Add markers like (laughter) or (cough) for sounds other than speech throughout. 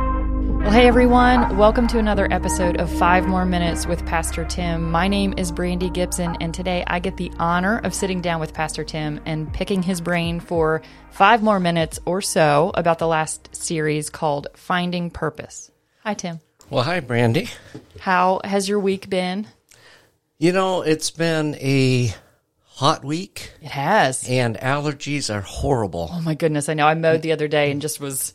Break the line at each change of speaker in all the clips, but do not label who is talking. Well, hey everyone, welcome to another episode of Five More Minutes with Pastor Tim. My name is Brandy Gibson, and today I get the honor of sitting down with Pastor Tim and picking his brain for five more minutes or so about the last series called Finding Purpose. Hi, Tim.
Well, hi, Brandy.
How has your week been?
You know, it's been a hot week,
It has.
and allergies are horrible.
Oh my goodness, I know. I mowed the other day and just was,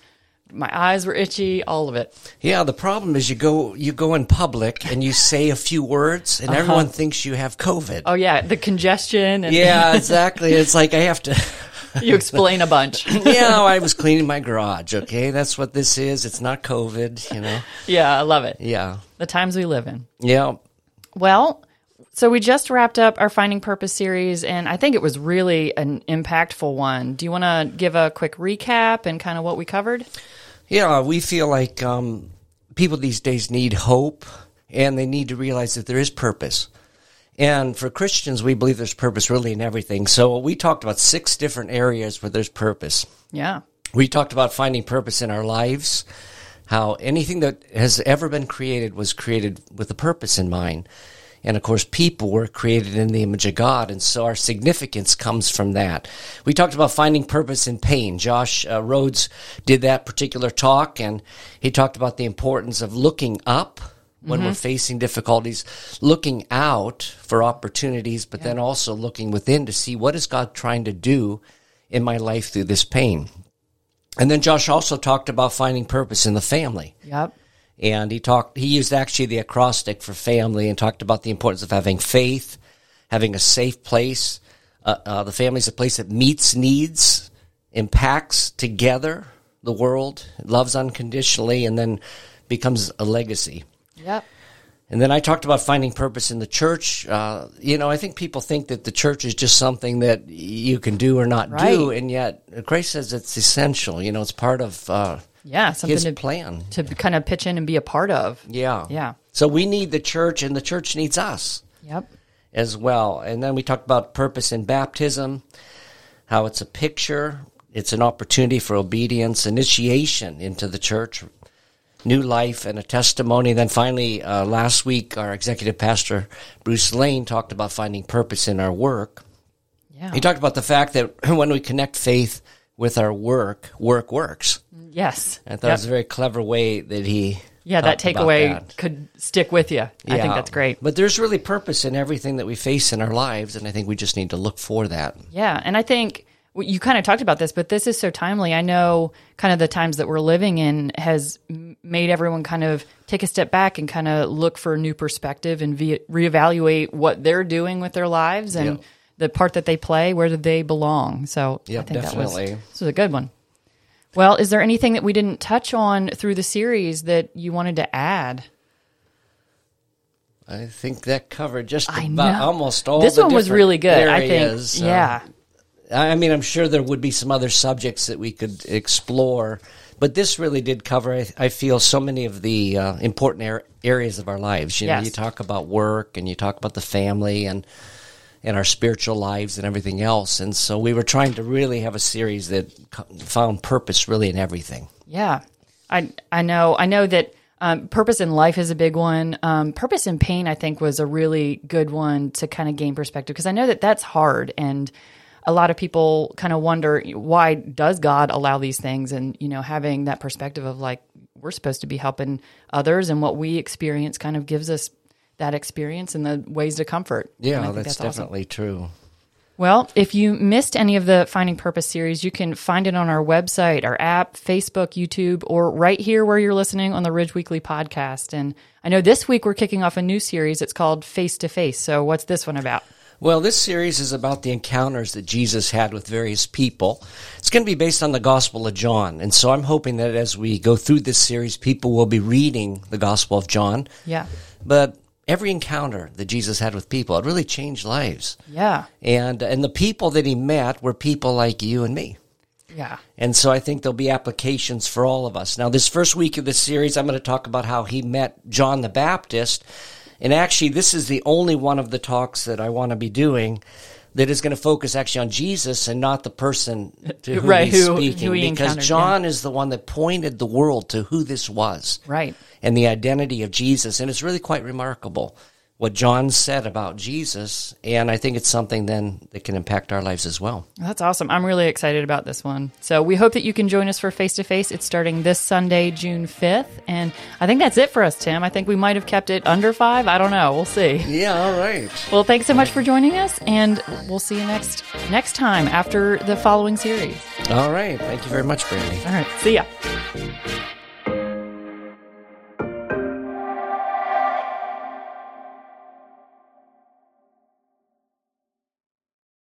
my eyes were itchy, all of it.
Yeah, the problem is you go you go in public and you say a few words, and everyone thinks you have COVID.
Oh yeah, the congestion and
Yeah, exactly. It's like I have to.
(laughs) you explain a bunch.
(laughs) Yeah, I was cleaning my garage. Okay, that's what this is. It's not COVID. You know.
yeah, I love it.
Yeah.
The times we live in.
Yeah.
Well, so we just wrapped up our Finding Purpose series, and I think it was really an impactful one. Do you want to give a quick recap and kind of what we covered?
Yeah, we feel like um, people these days need hope and they need to realize that there is purpose. And for Christians, we believe there's purpose really in everything. So we talked about six different areas where there's purpose.
Yeah.
We talked about finding purpose in our lives, how anything that has ever been created was created with a purpose in mind. And of course, people were created in the image of God, and so our significance comes from that. We talked about finding purpose in pain. Josh uh, Rhodes did that particular talk, and he talked about the importance of looking up when we're facing difficulties, looking out for opportunities, but then also looking within to see what is God trying to do in my life through this pain. And then Josh also talked about finding purpose in the family.
Yep.
And he talked he used actually the acrostic for family and talked about the importance of having faith, having a safe place. Uh, uh, the family's a place that meets needs, impacts together the world, loves unconditionally, and then becomes a legacy.
Yep.
And then I talked about finding purpose in the church. Uh, you know, I think people think that the church is just something that you can do or not do,
Right.
and yet Christ says it's essential. You know, it's part of uh,
Yeah. Something
His
to,
plan.
to kind of pitch in and be a part of.
Yeah,
Yeah.
So we need the church, and the church needs us
Yep.
as well. And then we talked about purpose in baptism, how it's a picture, it's an opportunity for obedience, initiation into the church, new life, and a testimony. Then finally, uh, last week, our executive pastor, Bruce Lane, talked about finding purpose in our work.
Yeah.
He talked about the fact that (clears throat) when we connect faith with our work, work works.
yes.
I thought
Yep.
it was a very clever way that he.
yeah, that
talked about
takeaway
that.
could stick with you. I think
Yeah.
that's great.
But there's really purpose in everything that we face in our lives, and I think we just need to look for that.
Yeah, and I think well, you kind of talked about this, but this is so timely. I know kind of the times that we're living in has m- made everyone kind of take a step back and kind of look for a new perspective and ve- reevaluate what they're doing with their lives and
Yeah.
the part that they play, where do they belong. So
Yeah,
I think that
definitely.
was this was a good one. Well, is there anything that we didn't touch on through the series that you wanted to add?
I think that covered just
I
about
know.
almost all.
this
the
one was
different
really good. I think,
areas. Uh,
yeah,
I mean, I'm sure there would be some other subjects that we could explore, but this really did cover. I, I feel so many of the uh, important ar- areas of our lives. You
Yes.
know, you talk about work, and you talk about the family, and and our spiritual lives, and everything else. And so we were trying to really have a series that co- found purpose really in everything.
Yeah, I I know I know that um, purpose in life is a big one. Um, purpose in pain, I think, was a really good one to kind of gain perspective because I know that that's hard and a lot of people kind of wonder why does God allow these things and you know having that perspective of like we're supposed to be helping others and what we experience kind of gives us that experience and the ways to comfort. And I
Yeah,
think
that's,
awesome.
definitely true.
Well, if you missed any of the Finding Purpose series, you can find it on our website, our app, Facebook, YouTube, or right here where you're listening on the Ridge Weekly podcast. And I know this week we're kicking off a new series. It's called Face to Face. So, what's this one about?
Well, this series is about the encounters that Jesus had with various people. It's going to be based on the Gospel of John. And so I'm hoping that as we go through this series, people will be reading the Gospel of John.
Yeah.
But every encounter that Jesus had with people, it really changed lives.
Yeah.
And, and the people that he met were people like you and me.
Yeah.
And so I think there'll be applications for all of us. Now, this first week of this series, I'm going to talk about how he met John the Baptist. And actually, this is the only one of the talks that I want to be doing that is going to focus actually on Jesus and not the person to whom
Right,
he's
who-
speaking.
who he
because
encountered,
John is the one that pointed the world to who this was.
Right.
And the identity of Jesus. And it's really quite remarkable what John said about Jesus. And I think it's something then that can impact our lives as well.
That's awesome. I'm really excited about this one. So we hope that you can join us for face to face. It's starting this Sunday, June 5th. And I think that's it for us, Tim. I think we might have kept it under five. I don't know. We'll see.
Yeah, all right.
Well, thanks so much for joining us. And we'll see you next next time after the following series.
All right. Thank you very much, Brandy.
All right. See ya.